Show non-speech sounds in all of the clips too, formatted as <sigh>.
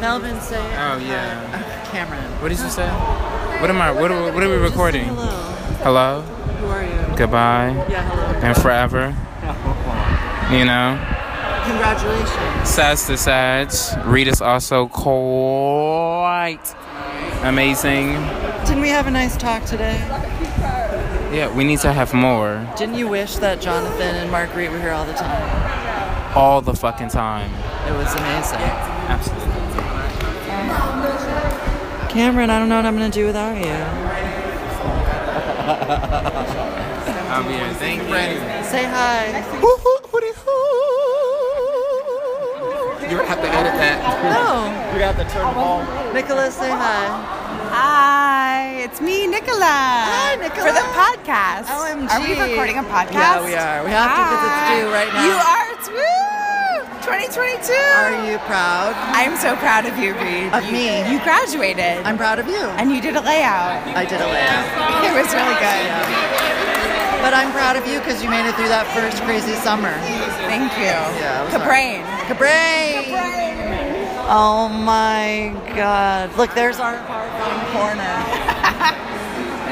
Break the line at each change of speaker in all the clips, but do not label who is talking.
Melvin say it?
Oh, yeah.
Uh, Cameron.
What did you say? What am I? What, are- what are we recording?
Just say hello.
Hello.
Who are you?
Goodbye.
Yeah, hello.
And forever. You know.
Congratulations.
Sass to Sats. Reed is also quite amazing.
Didn't we have a nice talk today?
Yeah, we need to have more
Didn't you wish that Jonathan and Marguerite were here all the time?
all the fucking time.
It was amazing.
Absolutely.
<laughs> Cameron, I don't know what I'm gonna do
<laughs>
without you.
I'll be here. Thank you.
Say hi.
You have to edit that.
No.
You got the turn ball.
Nicholas, Oh. say hi.
Hi, it's me, Nicola. Hi,
Nicola.
For the podcast.
OMG.
Are we recording a podcast?
Yeah, we are. We have to because it's due
Hi.
right now.
You are. It's woo! 2022.
Are you proud?
I'm so proud of you, Reed.
Of
You-
me?
You graduated.
I'm proud of you.
and you did a layout.
I did a layout.
It was really good.
But I'm proud of you because you made it through that first crazy summer.
Thank you.
Yeah, it was
Caprain.
Cabray! Oh my god. Look, there's our horrifying
<laughs>
corner.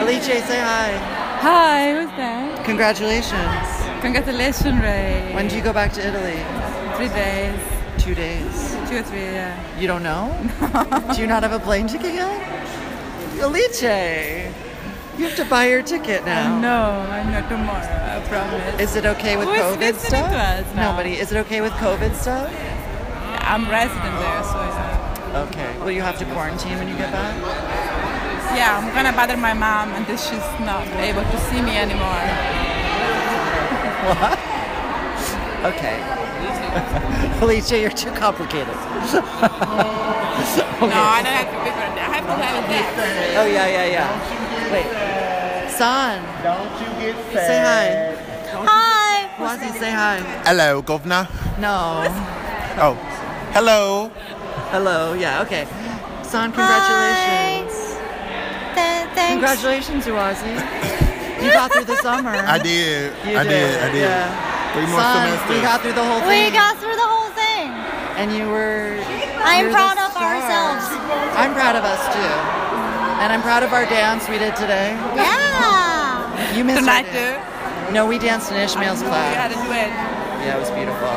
Alice, say hi.
Hi, who's there?
Congratulations.
Congratulations, Ray.
When do you go back to Italy?
Three days,
Two days.
two or three, yeah.
You don't know? <laughs> do you not have a plane ticket yet? Alice! You have to buy your ticket now.
No, I'm not tomorrow, Oh, I promise.
Is it okay with
Who is
COVID
listening
stuff?
to us now?
Nobody. Is it okay with COVID stuff?
I'm resident there, so yeah.
Okay. Will you have to quarantine when you get back?
yeah, I'm gonna bother my mom until she's not able to see me anymore.
Okay. <laughs> Alicia, you're too complicated. <laughs>
No, I don't have to be for that. I have to have a date.
Oh yeah, yeah, yeah. Wait. San,
Don't you get
say
sad.
hi. Wazi, say hi.
Hello, governor.
No.
Oh, hello.
Hello. Yeah. Okay. San, congratulations. Congratulations, Uwazi. You got through the
<laughs>
summer.
I did.
You
I did. I did.
Yeah.
Three more
San,
semesters.
we got through the whole
We
thing.
got through the whole thing.
and you were.
I'm
you're the
proud of
star.
ourselves.
I'm proud of us too. And I'm proud of our dance we did today.
Yeah.
You missed
Tonight,
our
too.
dance. No, we danced in Ishmael's
We had a
class.
duet.
Yeah, it was beautiful.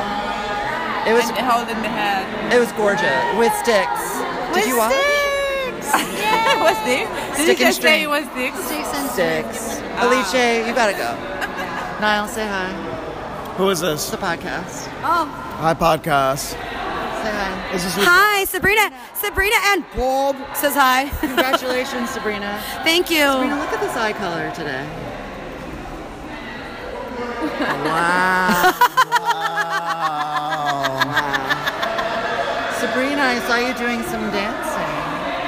It was
And holding the hand.
It was gorgeous with sticks. Did
With
you watch?
sticks.
<laughs>
It
Yeah.
was dick. Did
Stick and
you just
string.
say it was dick?
Sticks and
<laughs>
Sticks. Alice, you gotta go. Niall, say hi.
Who is this?
It's a podcast.
Oh.
Hi, podcast.
Say hi.
This is
Hi, Sabrina. Sabrina and Bob says hi. <laughs>
Congratulations, Sabrina.
Thank you.
Sabrina, look at this eye color today. Wow.
<laughs>
Sabrina, I saw you doing some dancing.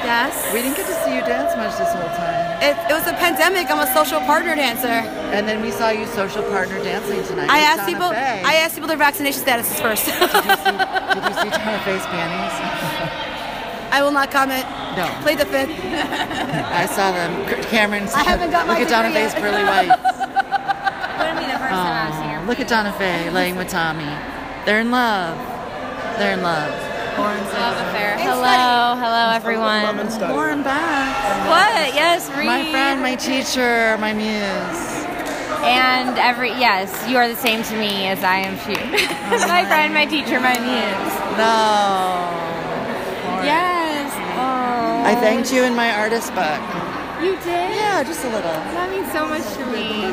Yes.
We didn't get to see you dance much this whole time.
It, it was a pandemic. I'm a social partner dancer.
And then we saw you social partner dancing tonight.
I
with
asked
Donna
people.
Faye.
I asked people their vaccination statuses
<laughs>
first.
Did you see Donna Faye's panties?
<laughs> I will not comment.
No.
Play the fifth.
I saw them. Cameron's.
I haven't got my
Look at Donna
degree
Faye's
yet.
<laughs>
pearly whites.
Wouldn't be the first time I've seen
Aw,
her.
Look at Donna Faye laying with Tommy. They're in love. They're in love.
Love affair. Hello, hello
Love
everyone.
and study.
Lauren Bass.
What? Yes, Reed.
My friend, my teacher, my muse.
And every yes, you are the same to me as I am to you. <laughs> my friend, my teacher, my muse.
No.
Yes. Oh.
I thanked you in my artist book.
You did.
Yeah, just a little.
That means so much to me.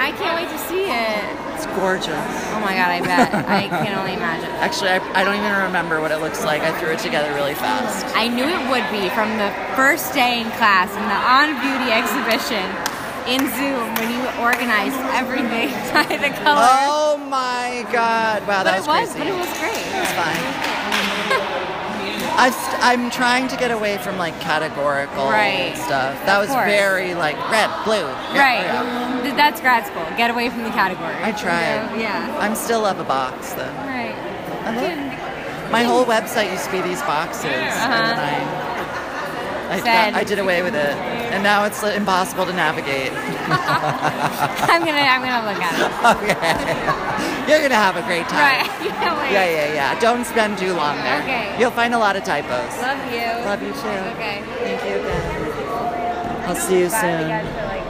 I can't wait to see it.
It's gorgeous.
Oh my god,
<laughs>
I bet. I can only imagine.
Actually, I, I don't even remember what it looks like. I threw it together really fast.
I knew it would be from the first day in class in the On Beauty exhibition in Zoom when you organized everything <laughs> by the color.
Oh my God! Wow,
but
that
it
was
was,
crazy.
but it was great.
It's fine. I've st- I'm trying to get away from like categorical
Right.
stuff. That was
course.
very like red, blue. yeah,
Right.
yeah.
Th- That's grad school. Get away from the category.
I tried.
You know? <laughs> Yeah.
I'm still up a box though.
Right. Uh-huh.
I love- My whole website used to be these boxes, and then I I,
said,
I did away with it, and now it's uh, impossible to navigate. <laughs>
I'm gonna, I'm gonna look at it.
You're gonna have a great time.
Right. <laughs> yeah, wait.
Yeah, yeah, yeah. Don't spend too long there.
Okay.
You'll find a lot of typos.
Love you.
<laughs> Love you too.
Okay.
Thank you again. I'll see you
Glad we got
soon.
to, like,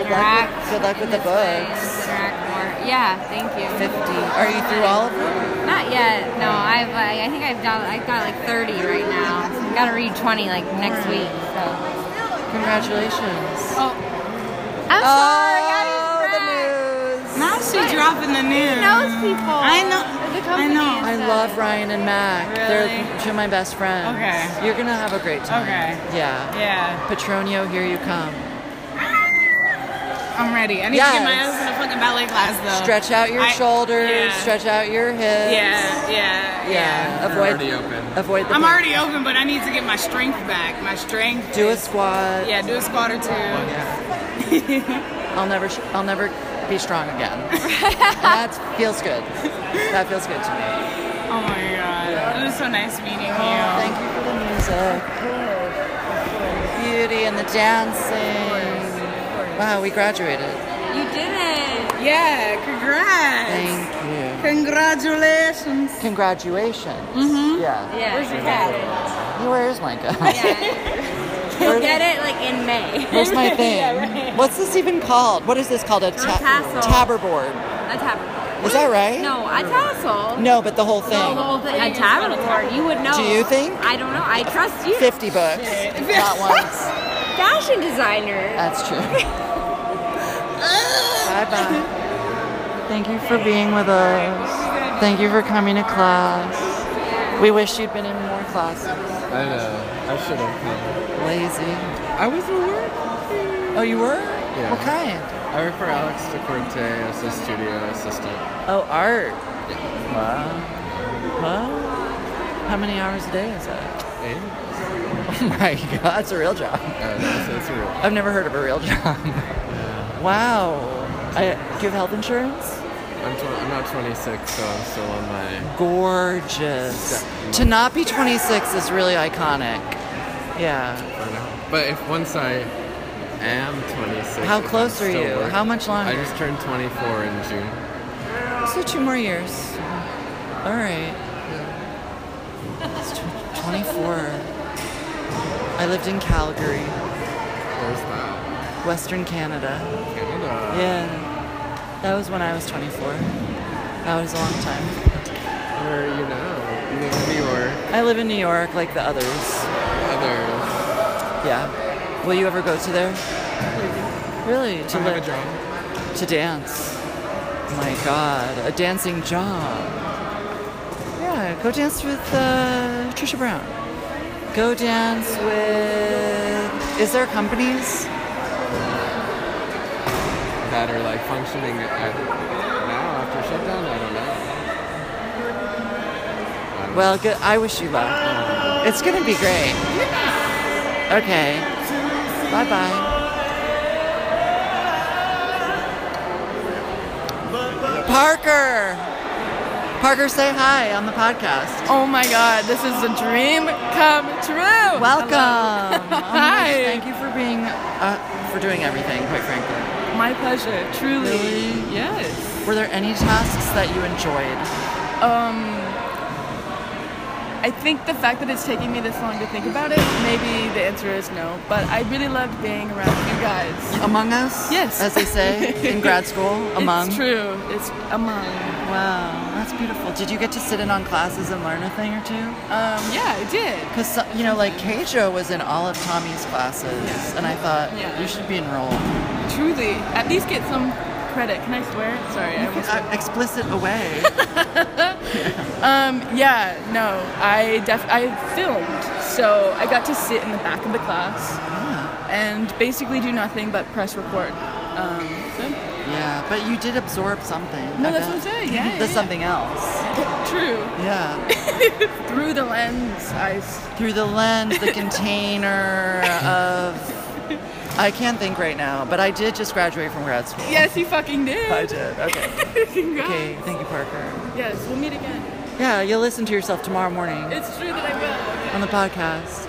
luck
interact
with- good luck with
in
the
this way and
books.
Interact more. Yeah. Thank you.
Fifty. Are you through all of them?
Not yet. No, I've like, I think I've got I've got like 30 right now. Got to read 20 like next week. So.
Congratulations.
Oh,
I'm sorry.
Uh,
I
the
didn't
news.
now she's dropping the news.
He knows people.
I know.
The
I
company
know.
and
I
stuff.
love Ryan and Mac. They're
Really?
two of my best friends.
Okay.
You're gonna have a great time.
Okay.
Yeah.
Yeah,
Petronio, here you come.
I'm ready. I need to get my
Yes.
ass in a fucking ballet class though.
Stretch out your
I-
shoulders.
yeah.
Stretch out your hips.
Yeah, yeah, yeah.
Yeah.
You're
Avoid.
already open.
Avoid the.
I'm
plank.
already open, but I need to get my strength back. My strength.
Do a
is-
squat.
Yeah, do a squat or two.
I'll never. sh- I'll never be strong again. that feels good. That feels good to me.
<laughs> Oh my god, it was so nice meeting you.
Oh, Thank you for the music. Beauty and the dancing. Wow, we graduated.
You did it.
yeah, congrats.
Thank
Congratulations. Mm-hmm.
you. Congratulations. Yeah.
Yeah. Where's your dad?
Where is my guy? <laughs>
Yeah. You'll get it like in May. <laughs>
Where's <laughs> my thing? What's this even called? What is this called? A ta-
tassel.
tabber board.
A tabard.
Is that right?
No, a tassel.
No, but the whole
The
thing.
whole thing. A tabard board. You would know.
Do you think?
I don't know. I trust you.
50 bucks. Not once.
<laughs> Fashion designer.
That's <laughs> true. bye bye. Thank you for being with us. Thank you for coming to class. We wish you'd been in more classes.
I know. I should have.
Lazy.
I was at work.
Oh, you were?
Yeah.
What kind?
I work for Alex DeCorte as a studio assistant.
Oh, art. Wow. Wow. How many hours a day is that?
Hey.
<laughs> Oh my god, that's a real job.
Uh, that's, that's real.
I've never heard of a real job. Wow. I, do you have health insurance?
I'm, tw- I'm not 26, so I'm still on my.
Gorgeous. To not be 26 is really iconic. Yeah.
I know. But if once I am 26,
How
if I'm
close are
still
you?
working-
How much longer?
I just turned 24 in June.
So two more years. All right. It's tw- 24. I lived in Calgary,
Where's that?
Western Canada.
Canada.
Yeah. That was when I was 24. That was a long time.
Where are you now? You live in New York.
I live in New York like the others.
Others.
Yeah. Will you ever go to there? Really? To
I have
li-
a job.
to dance. My God, a dancing job. Yeah, go dance with uh, Trisha Brown. Go dance with. Is there companies?
That are like functioning at, now after shutdown? I don't know.
Well, good. I wish you luck. It's gonna be great. Okay. Bye bye. Parker. Parker, say hi on the podcast.
Oh my god, this is a dream come true.
Welcome. Oh my gosh,
Hi.
Thank you for being, uh, for doing everything, quite frankly.
My pleasure, truly.
Really?
Yes.
Were there any tasks that you enjoyed?
Um, I think the fact that it's taking me this long to think about it, maybe the answer is no. But I really loved being around you guys.
Among us?
Yes.
As
<laughs>
they say in grad school, among.
It's true. It's among.
Wow, that's beautiful. Did you get to sit in on classes and learn a thing or two?
Um, yeah, I did.
Because, you know, like Keijo was in all of Tommy's classes, and I thought,
Yeah.
you should be enrolled.
Truly. At least get some credit. Can I swear? Sorry. I almost-
Uh, explicit
<laughs>
away.
Um, yeah, no. I def- I filmed. So I got to sit in the back of the class
Ah.
and basically do nothing but press record. Um, so,
yeah, but you did absorb something.
no,
I
that's
bet.
what I'm saying. Yeah,
There's
yeah,
something else.
yeah. <laughs> True.
Yeah.
Through the lens, I s-
Through the
<laughs>
lens, the container of. I can't think right now, but I did just graduate from grad school.
Yes, you fucking did.
I did. Okay.
<laughs> Congrats.
Okay. Thank you, Parker.
Yes, we'll meet again.
Yeah, you'll listen to yourself tomorrow morning
It's true that I will.
on the podcast.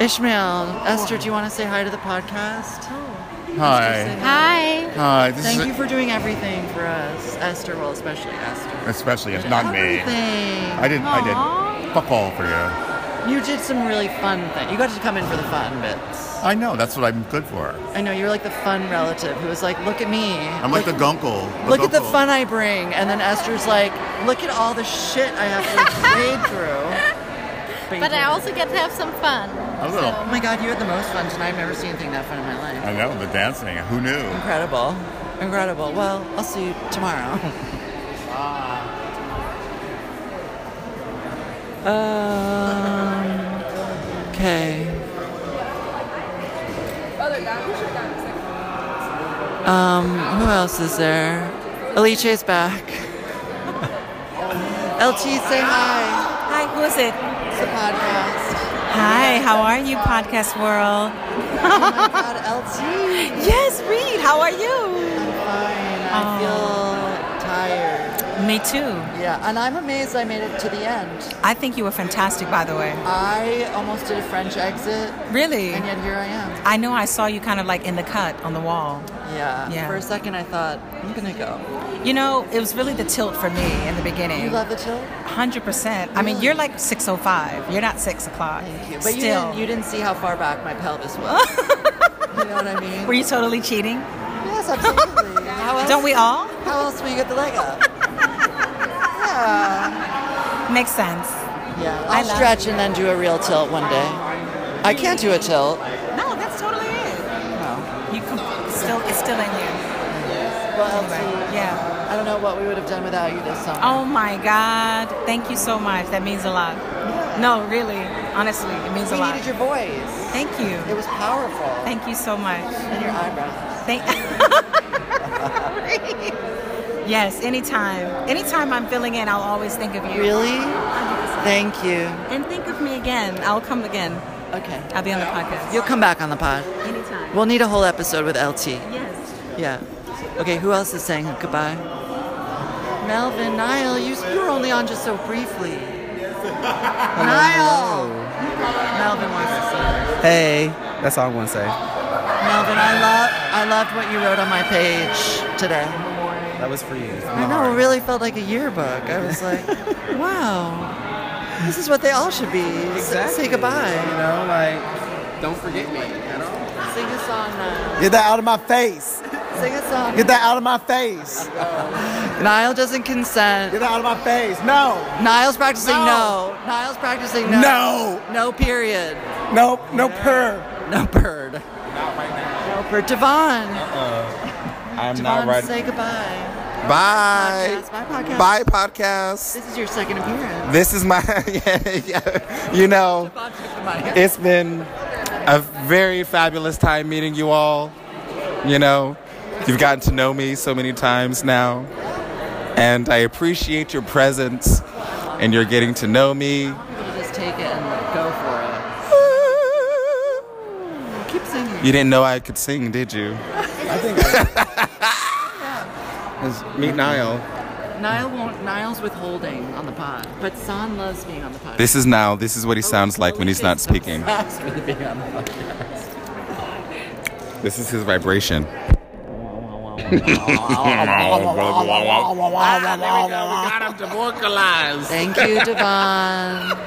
Ishmael, Esther, do you want to say hi to the podcast? Say
Hi.
Hi.
Hi. This
Thank
is
you for doing everything for us, Esther. Well, especially Esther.
especially if not me.
Everything.
I did. I
Aw.
did. Fuck all for you.
You did some really fun thing. You got to come in for the fun bits.
I know. That's what I'm good for.
I know you're like the fun relative who was like, "Look at me."
I'm like the gunkle.
Look at the
gunkle.
fun I bring, and then Esther's like, "Look at all the shit I have
<laughs>
to wade through." you
But
did
I
it.
also get to have some fun.
A little.
Oh my god, you had the most fun tonight. I've never seen anything that fun in my life.
I know the dancing. Who knew?
Incredible. Incredible. Well, I'll see you tomorrow. <laughs> um, okay. Um, who else is there? Alice's back. LT, say hi.
Hi, who is it?
It's a podcast.
Hi, how are you, podcast world?
Oh my God, LT. <laughs>
Yes, Reed, how are you?
Fine. I feel tired.
Me too.
Yeah, and I'm amazed I made it to the end.
I think you were fantastic, by the way.
I almost did a French exit,
Really?
and yet here I am.
I know I saw you kind of like in the cut on the wall.
Yeah.
Yeah.
For a second, I thought I'm gonna go.
You know, it was really the tilt for me in the
You
beginning.
love the tilt,
100%. I mean, you're like 6.05. You're not 6 o'clock.
thank you. But you
Still.
didn't. You didn't see how far back my pelvis
<laughs>
was. you know what I mean?
were you totally cheating?
yes,
<laughs>
absolutely. How else?
Don't we all?
How else will you get the leg up?
<laughs> Makes sense.
Yeah.
I
I'll
love
stretch and then do a real tilt one day. I can't do a tilt. Oh.
No, that's totally it. You can still, it's still in you.
Well,
Right.
LT,
Yeah.
I don't know what we would have done without you this summer.
Oh my God. Thank you so much. That means a lot. No, really. Honestly, it means
we
a lot.
needed your voice.
Thank
It
you.
was powerful.
Thank you so much.
and your eyebrows. <laughs>
Thank Yes, anytime. Anytime I'm filling in, I'll always think of you.
Really? Thank you.
And think of me again. I'll come again.
Okay.
I'll be on the podcast.
You'll come back on the pod.
Anytime.
We'll need a whole episode with LT.
Yes.
Yeah. Okay, who else is saying goodbye? Melvin, Niall, you, you were only on just so briefly. Niall! Melvin wants to say.
Hey, that's all I'm gonna say.
Melvin, I love I loved what you wrote on my page today.
That was for you.
I know, it really felt like a yearbook. I was like, wow. This is what they all should be. S- Say
You
goodbye.
know, like
Don't forget me at all.
Sing a song, Niall.
Get that out of my face.
Sing a song.
Get that out of my face.
<laughs>
Niall doesn't consent.
Get that out of my face. No.
Niall's practicing no. Niall's practicing no.
No.
No period.
Nope. No purr.
No bird. Not right now. No bird. Devon.
I'm
Devon,
not right.
say goodbye.
Bye.
Podcast, bye podcast.
Bye podcast.
This is your second appearance.
This is my. <laughs> yeah, yeah. You know,
Devon took the mic.
it's been a very fabulous time meeting you all. You know, you've gotten to know me so many times now, and I appreciate your presence and your getting to know me.
Just take it and go for it. Keep singing.
You didn't know I could sing, did you?
I think
<laughs>
I,
Meet Niall.
Niall won't. Niall's withholding on the pod, but San loves being on the pod.
This is Niall. This is what he sounds like when he's not speaking.
That's really being on the podcast.
This is his vibration.
Thank you, Devon.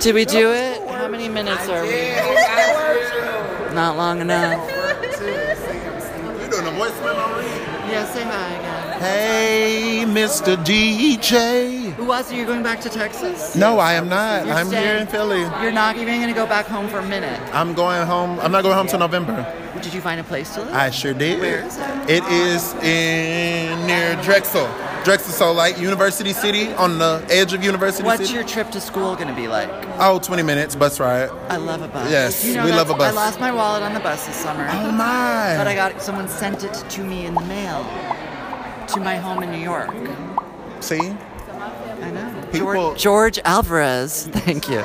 Did we do it? How many minutes are we? Not long enough.
You doing a voicemail already?
Yeah, say hi again.
Hey, Mr. DJ.
Who was it? You're going back to Texas?
No, I am not.
You're
I'm here
staying.
in Philly.
You're not even going to go back home for a minute.
I'm going home. I'm not going home till November.
Did you find a place to live?
I sure did.
Where is that?
It is in near Drexel. Drexel, so like University City on the edge of University
What's
City.
your trip to school going to be like?
oh, 20 minutes bus ride.
I love a bus.
Yes,
you know
we
that's-
love a bus.
I lost my wallet on the bus this summer,
Oh my.
but I got someone sent it to me in the mail to my home in New York.
See?
I know.
People-
George, George Alvarez. <laughs> Thank you.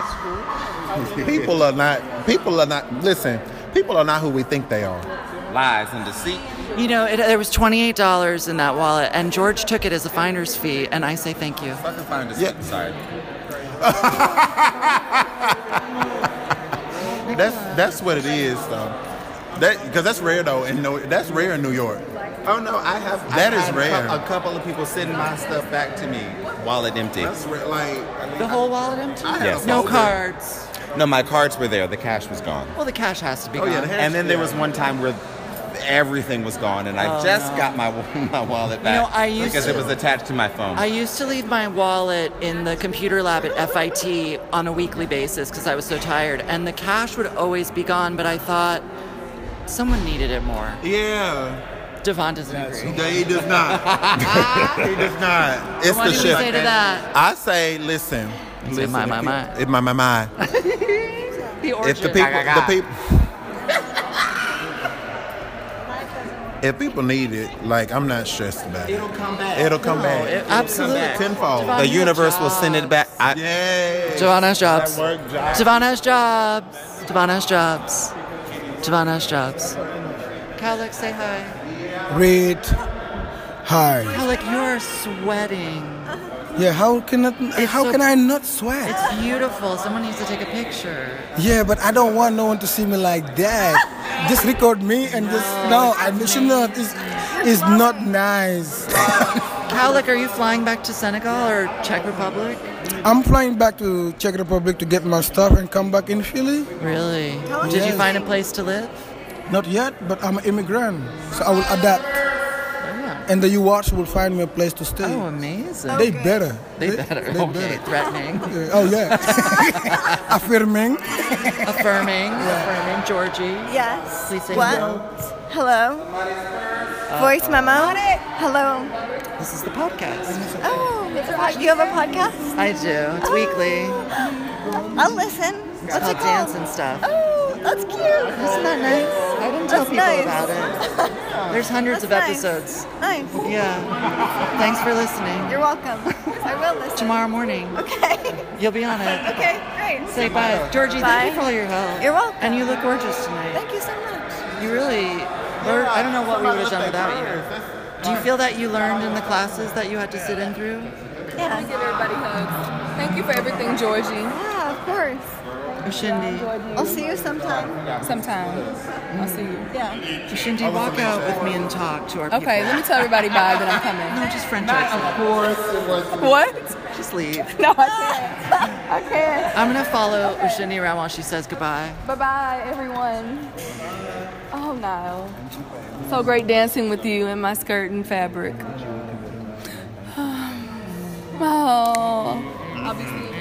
People are not people are not listen, people are not who we think they are.
Lies and deceit.
You know, it, there was twenty-eight dollars in that wallet, and George took it as a finder's fee, and I say thank you.
Fucking find
Yeah.
Sorry.
that's that's what it is though. That because that's rare though, and no, that's rare in New York.
Oh no, I have
That
I've
is
had
rare.
cou- A couple of people sending my stuff back to me, wallet empty.
That's rare. Like I mean,
The
I-
whole wallet empty?
I have
Yes.
No
folder.
cards.
No, my cards were there. The cash was gone.
<laughs> Well, the cash has to be
Oh,
gone.
yeah, the hair-
And then there was one time where everything was gone, and I
Oh,
just
no.
got my <laughs> my wallet back
know, I used
because
to-
it was attached to my phone.
I used to leave my wallet in the computer lab at FIT on a weekly basis because I was so tired, and the cash would always be gone. But I thought someone needed it more.
Yeah,
Devon doesn't agree.
they does
<laughs>
not. he does not.
What do
It's
you
the shift.
say to that?
I say, listen.
Say my, my, my.
It, my, my, my.
The
If
origin.
the people, the people, if people need it, like I'm not stressed about it. It'll come back. It'll come back.
it- absolutely.
tenfold.
Devon-
the universe will send it back. I,
yeah.
Devon has jobs.
That work job.
Devon has jobs. Devon has jobs. Devon has jobs. Kalik, say hi.
Read. Hi.
Kalik, you are sweating.
Yeah, how can I,
It's
how
so-
can I not sweat?
It's beautiful. Someone needs to take a picture.
Yeah, but I don't want no one to see me like
<laughs>
that. just record me and just no, I should not. It's, it's not
<laughs>
nice.
Kalik, are you flying back to Senegal or Czech Republic?
I'm flying back to Czech Republic to get my stuff and come back in Philly.
Really? Did you
Yes.
find a place to live?
Not yet, but I'm an immigrant, so I will adapt.
Yeah.
And the U-Watch will find me a place to stay.
Oh, amazing.
They better.
They better.
They
okay,
better.
threatening,
<laughs> Yeah, Oh
<laughs>
yeah. Affirming.
affirming, affirming. Georgie,
Yes.
please say
what?
hello.
Hello. Voice memo. Hello.
Uh, This is the podcast.
Oh, it's a pod- you have a podcast?
I do. It's weekly.
I'll listen.
It's
Oh. What's
called
it
Dance
called?
and Stuff.
Oh, that's cute.
Isn't that nice? I didn't tell
That's
people
nice.
about
<laughs>
it. There's hundreds of
That's nice.
episodes.
Nice.
Yeah. Thanks for listening.
You're welcome. I will listen.
Tomorrow morning,
Okay.
you'll be on it.
Okay, great.
Say bye. Georgie, thank
Bye.
you for all your help.
You're welcome.
And you look gorgeous tonight.
Thank you so much.
You really, learned, I don't know what we would have done without you. Do you feel that you learned in the classes that you had to sit in through?
Yeah.
Give everybody hugs. Thank you for everything, Georgie.
Yeah, of course.
Ushindi,
I'll see you sometime.
Sometime. I'll see you.
Yeah.
Ushindi, walk out with me and talk to our people.
Okay, let me tell everybody bye that I'm coming.
No, just French accent.
What?
Just leave.
No, I
Okay.
I'm gonna follow Ushindi around while she says goodbye.
can't. Bye bye, everyone. Oh, Niall. So great dancing with you in my skirt and fabric. Oh. I'll be seeing you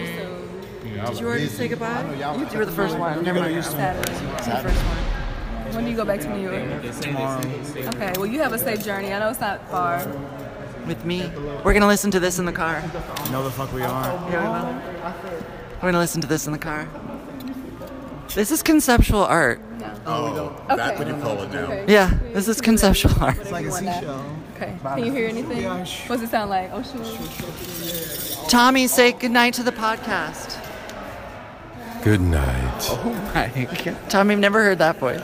soon.
Did you already say goodbye? You were the first one. Never mind. Saturday.
When do you go back to New York? Tomorrow. Okay, well, you have a safe journey. I know it's not far.
With me. We're gonna listen to this in the car.
No, the fuck we are.
Yeah, we will. We're gonna listen to this in the car. This is conceptual art.
Oh, that's what you pull it down.
Yeah, this is conceptual art.
Like a seashell.
Okay, can you hear anything? What's it sound like? Oh, sure.
Tommy, say goodnight to the podcast.
Good night.
Oh Tommy, I've never heard that
<laughs>
voice.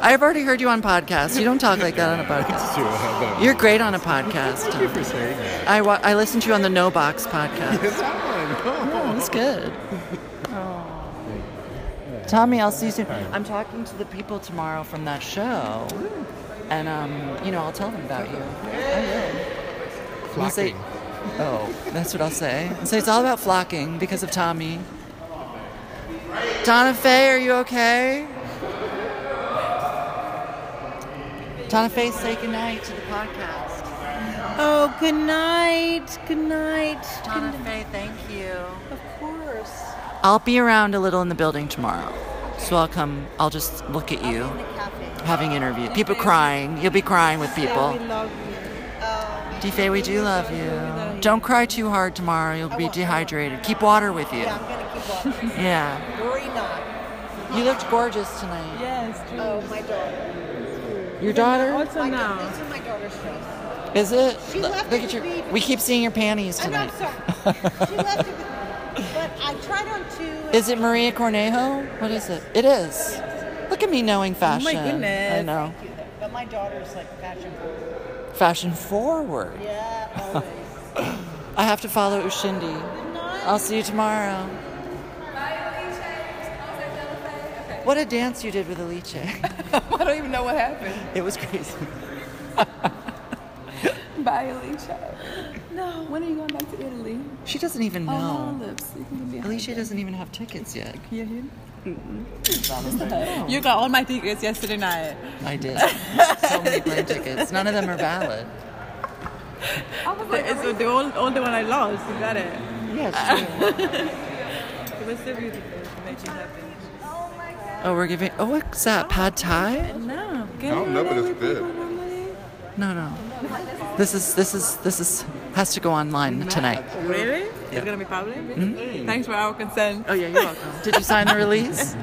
I've already heard you on podcasts. You don't talk like that on a podcast. You're great on a podcast. Tom.
for saying that.
I, wa- I listened to you on the No
<laughs>
Box podcast.
It's on.
It was good. Tommy, I'll see you soon. I'm talking to the people tomorrow from that show. And, um, you know, I'll tell them about you. I will. I'll say, oh, that's what I'll say. I'll say it's all about flocking because of Tommy. Donna Faye, are you okay? Donna Faye, say goodnight to the podcast.
Oh, good night. Good night.
Donna Faye, thank you. Of course. I'll be around a little in the building tomorrow. So I'll come, I'll just look at you. Having interviews. People crying. You'll be crying with people.
We love you.
Defe, we do love you. Don't cry too hard tomorrow. You'll be dehydrated. Keep water with you.
I'm gonna keep watching.
Yeah.
Worry not.
You looked gorgeous tonight.
Yes, Julie.
Oh, my daughter.
Your daughter?
Also now.
This is my daughter's dress.
Is it?
She
Look
left
look
it
at your.
with me.
We keep seeing your panties
I know, I'm
tonight.
sorry.
<laughs>
she left it with me. But I tried on two. and
Is it Maria Cornejo? What is it? It is. Look at me
Oh
knowing fashion.
Oh goodness.
I know.
you though. But my daughter's like fashion.
Fashion forward.
Yeah, always.
<laughs> I have to follow Ushindi. I'll see you tomorrow.
Bye,
What a dance you did with Alicia.
<laughs> I don't even know what happened.
It was crazy.
Bye, Alicia. No. When are you going back to Italy?
She doesn't even
Oh, no,
know. <laughs>
lips. You can be a
Alicia doesn't even have tickets yet.
You hear?
No.
You got all my tickets yesterday night.
I did. So many plane tickets. None of them are valid.
It's the, old, older one I lost. You got it. <laughs>
Yes.
it was so beautiful to make you happy.
Oh, we're giving. Oh, what's that? Pad Thai?
No.
I don't know, but it's good.
No, no. This is this is this is has to go online tonight.
Really?
Yeah.
It's gonna be public.
Mhm.
Thanks for our consent.
Oh yeah, you're welcome. Did you sign the release?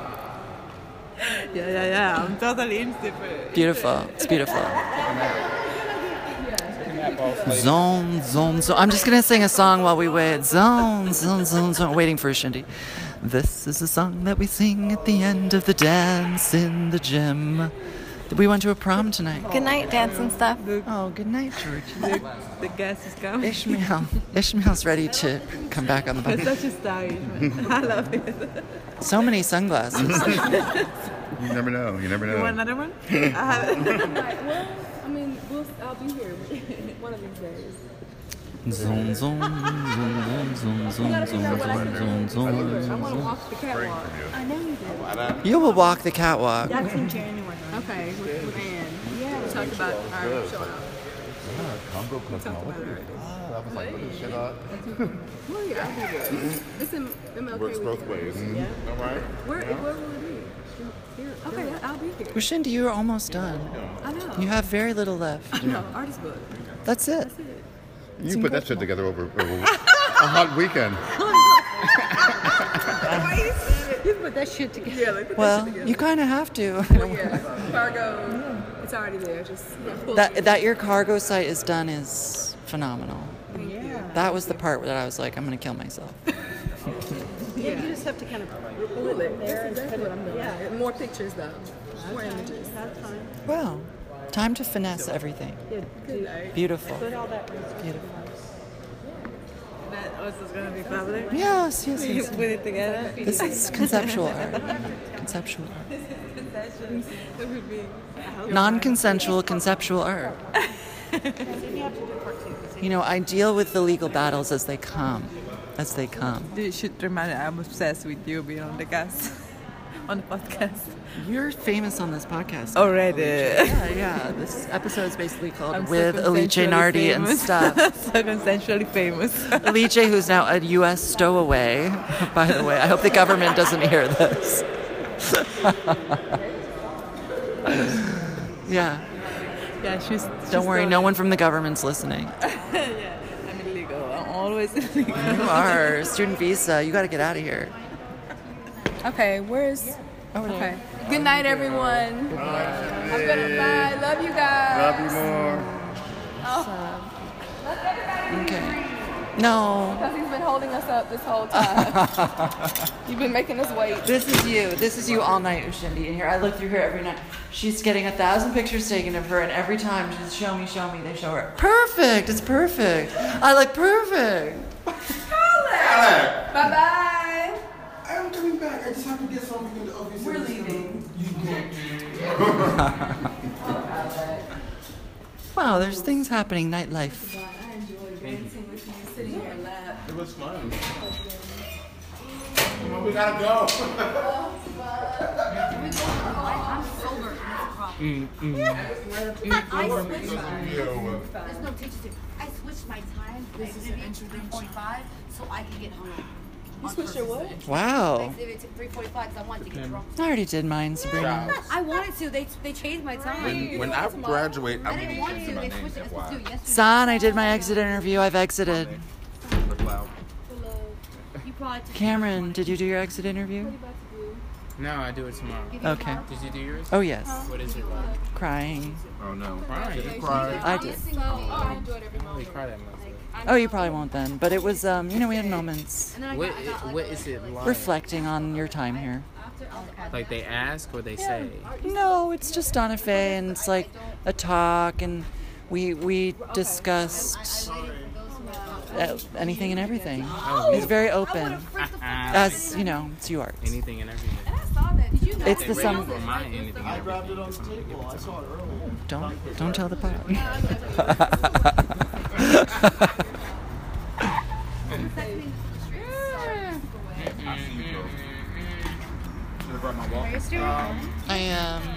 <laughs> yeah, yeah, yeah. I'm totally into it.
Beautiful. It's beautiful. Zone, zone, zone. I'm just gonna sing a song while we wait. Zone, zone, zone, zone. Waiting for a shindy. This is a song that we sing at the end of the dance in the gym. We went to a prom tonight.
Good night, dance and stuff.
Oh, good night, George.
The, the gas is coming. <laughs>
Ishmael. Ishmael's ready to come back on the
It's
bike.
such a style. <laughs> I love it.
<laughs> So many sunglasses. <laughs>
You never know. You never know.
You want another one? I
I'm
have
like, well, I mean, we'll, I'll be here <laughs> one of these days.
Zoom, zoom, zoom, zoom, zoom, zoom, zoom, zoom, zoom, zoom.
the catwalk. I know you do.
You will walk the catwalk.
That's in January. Okay, with, with Anne. Yeah. We talked about our showing up.
Congo Ah, that was like, what the shit up?
Well, yeah, I'll be there. It's in MLK.
Works both ways. Mm-hmm.
Yeah.
All right.
Where,
Yeah.
where will it be? Here. Okay, yeah, I'll be here.
Lucinda, you're almost done.
I know.
You have very little left.
<laughs> I know, artist book.
That's it.
You put that shit together over, over
<laughs>
a hot weekend.
You put that shit together. Yeah, like, put
Well,
that shit
you kind of have
together.
to.
yeah, cargo. It's already there. Just yeah, pull
that
it.
that your cargo site is done is phenomenal. That was the part that I was like, I'm gonna kill
<laughs>
myself.
Yeah, you just have to kind of
Pull
there
it. That's
and
exactly
put
what
it-
I'm doing.
yeah.
More pictures though. More images.
Well, time to finesse everything.
Good night.
Beautiful.
Put all that.
Beautiful.
That also is gonna be public.
Yes,
<laughs>
yes,
<laughs>
You
yes.
put it together.
This is conceptual art.
<laughs>
Conceptual art.
This is concession. That would <laughs> be.
Non-consensual
<laughs>
conceptual art. You know, I deal with the legal battles as they come, as they come. <laughs>
You should remind me, I'm obsessed with you being on the cast, <laughs> on the podcast.
You're famous on this podcast.
Already. <laughs>
Yeah, yeah. This episode's basically called
I'm so
With Alice
consensually
Nardi and
famous.
stuff.
<laughs> so consensually famous.
Alice, who's now a U.S. stowaway, <laughs> by the way. I hope the government doesn't hear this. <laughs> yeah.
Yeah, she's. she's
Don't worry,
so-
no one from the government's listening.
<laughs> yeah, I'm illegal. I'm always <laughs> illegal.
You are student visa. You got to get out of here.
Okay, where's? Okay. Good night, everyone. I'm gonna bye. Love you guys. Oh,
Love you more.
Okay. No.
Because he's been holding us up this whole time. You've been making us wait.
This is you. This is you all night, Ushindi. And here, I look through her every night. She's getting a thousand pictures taken of her, and every time she's show me, show me. They show her. Perfect. It's perfect. I like perfect.
Bye bye.
I'm coming back. I just have to get something in the office. We're leaving. You
Wow, there's things happening. Nightlife.
I enjoyed dancing with you, sitting in your lap.
It was fun. We gotta go.
I'm sober. I switched my. There's no teacher. tip. I switched my time. This is an introduction. 3.5, so I can get home. You switched your what?
Wow.
Exhibit 3.5 'cause I wanted to get drunk.
I already did mine, Sabrina.
I wanted to. They, they changed my time.
When, when I graduate,
I
I'm
didn't
gonna
want
be
to.
changing my
They
name.
switched it. Let's do yes.
Son, I did my exit interview. I've exited.
You probably took-
Cameron, did you do your exit interview?
No, I do it tomorrow.
Okay.
Did you do yours?
Oh, yes.
What is it like?
Crying.
Oh no.
I did.
I only cried at most.
Oh, you probably won't then. But it was, um, you know, we had moments
What, what is it like?
reflecting on your time here.
Like they ask or they say?
No, it's just Donna Faye, and it's like a talk, and we we discussed uh, anything and everything. It's very open. As you know, it's yours.
Anything and everything.
It's the sum.
I grabbed it on the table. I saw it earlier.
<laughs> Don't don't
<laughs>
tell the
<laughs>
pot. <laughs> I am.
um,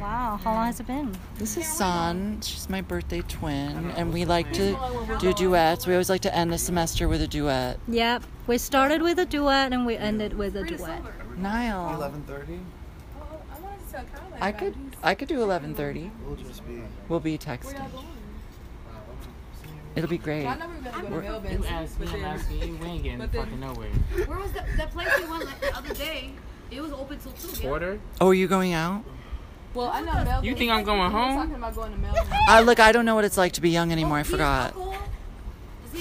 Wow, how long has it been?
This is San. She's my birthday twin, and we like to do duets. We always like to end the semester with a duet.
Yep. We started with a duet and we ended with a duet.
Niall.
Eleven thirty.
I could I could do 11:30.
We'll just be.
We'll be texting. It'll be great.
I remember we were gonna go to
We're-
Melbourne.
You asked me
but then-
last year, you ain't getting
but then-
fucking nowhere.
Where was that, that place we went like the other day? It was open till two. yeah?
Porter?
Oh, are you going out?
Well, I know Melbourne.
You think I'm going
We're
home?
Talking about going to Melbourne.
I look. I don't know what it's like to be young anymore. I
Oh,
forgot. <laughs>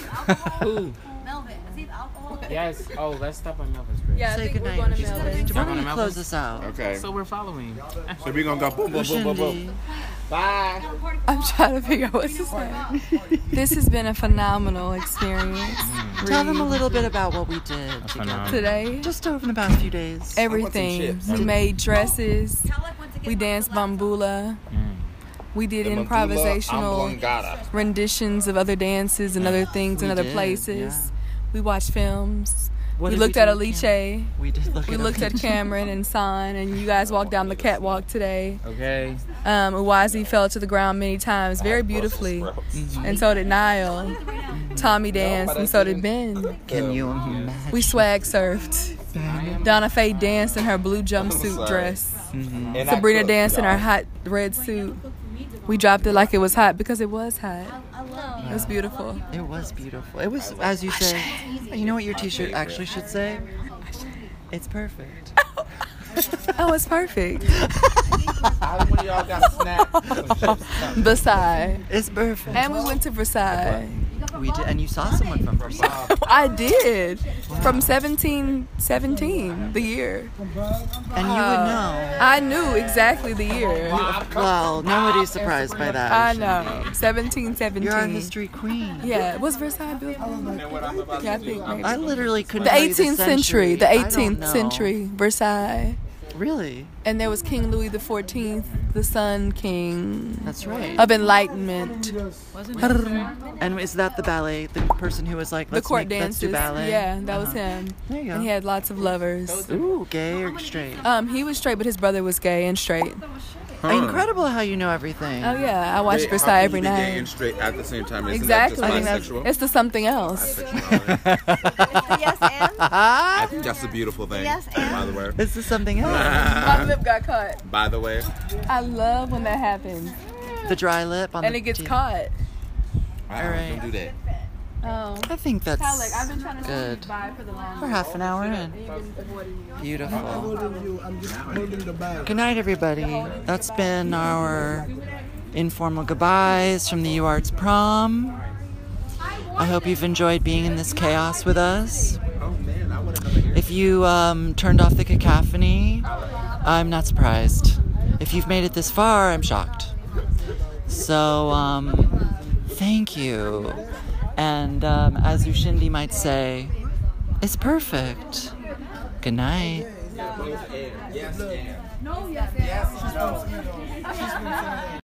Who?
Melbourne. Is he alcohol?
Yes. Oh, let's stop on Melvin's bridge.
Yeah, I Say think we're goodnight. going to
She's
Melvin's.
leaving.
Why don't
Y'all going
you
to
close
Melvin's?
this out?
Okay.
So we're following.
So we gonna go boom, boom, boom, boom, boom. Bye.
Uh,
I'm trying to figure out what's his name. this has been a phenomenal experience.
Mm.
Tell them a little bit about what we did
Really.
together.
today.
Just over the past few days.
Everything. We made dresses. We danced bambula. We did
The bambula
improvisational
oblongata.
renditions of other dances and other things
We
and other
did,
places. We watched films.
What
we
did
looked
we
at
do with
Alice.
We did look
We
at
looked at Cameron and Son, and you guys walked down the catwalk today.
Okay.
Um, Uwazi fell to the ground many times, very beautifully,
Mm-hmm.
and so did Niall. Tommy danced, and so did Ben.
Can you imagine?
We swag surfed. Donna Faye danced in her blue jumpsuit dress.
Mhm.
Mm-hmm. And I
Sabrina
cooked,
danced in her
y'all.
hot red suit. We dropped it like it was hot because it was hot. It was beautiful.
It was beautiful. It was, as you say, you know what your T-shirt actually should say? It's perfect.
<laughs> Oh, it's perfect.
When y'all got snacks.
<laughs> Versailles.
It's perfect.
And we went to Versailles.
We did, and you saw someone from Versailles.
I did. From 17, 17, the year. And you would
know.
I knew exactly the year.
Well, nobody's surprised by that.
I know. 17, 17.
You're a history queen.
Yeah, was Versailles built? Yeah, I think maybe.
I literally couldn't.
The
tell you
18th century, the
I don't
18th
know.
century, Versailles.
Really?
And there was King Louis the Fourteenth, the Sun King.
That's right.
Of Enlightenment.
And is that the ballet? The person who was like,
the
let's
court
make, let's
dances.
do ballet.
Yeah, that was
Uh-huh.
him.
There you go.
And he had lots of lovers.
Ooh, gay or straight?
Um, he was straight, but his brother was gay and straight.
Incredible how you know everything.
Oh yeah, I
Wait,
watch
how can
Versailles
you
every
be gay
night.
and straight at the same time. Isn't
Exactly.
That just bisexual?
it's the something else.
<laughs> I think that's a beautiful thing.
Yes,
by the way.
This is something
My lip got caught.
by the way,
I love when that happens,
The dry lip on
and
the
it gets
teeth.
caught.
I
right.
don't do that.
Oh.
I think that's
Tyler, I've been trying to tell you
good.
bye for the long-
We're half an hour in.
I'm
Beautiful.
holding you. I'm just holding the bag.
Good night, everybody. That's been our informal goodbyes from the U Arts prom. I hope you've enjoyed being in this chaos with us. If you um, turned off the cacophony, I'm not surprised. If you've made it this far, I'm shocked. So, um, thank you. And um, as Ushindi might say, it's perfect. Good night.
Yes, and.
No, yes, yes.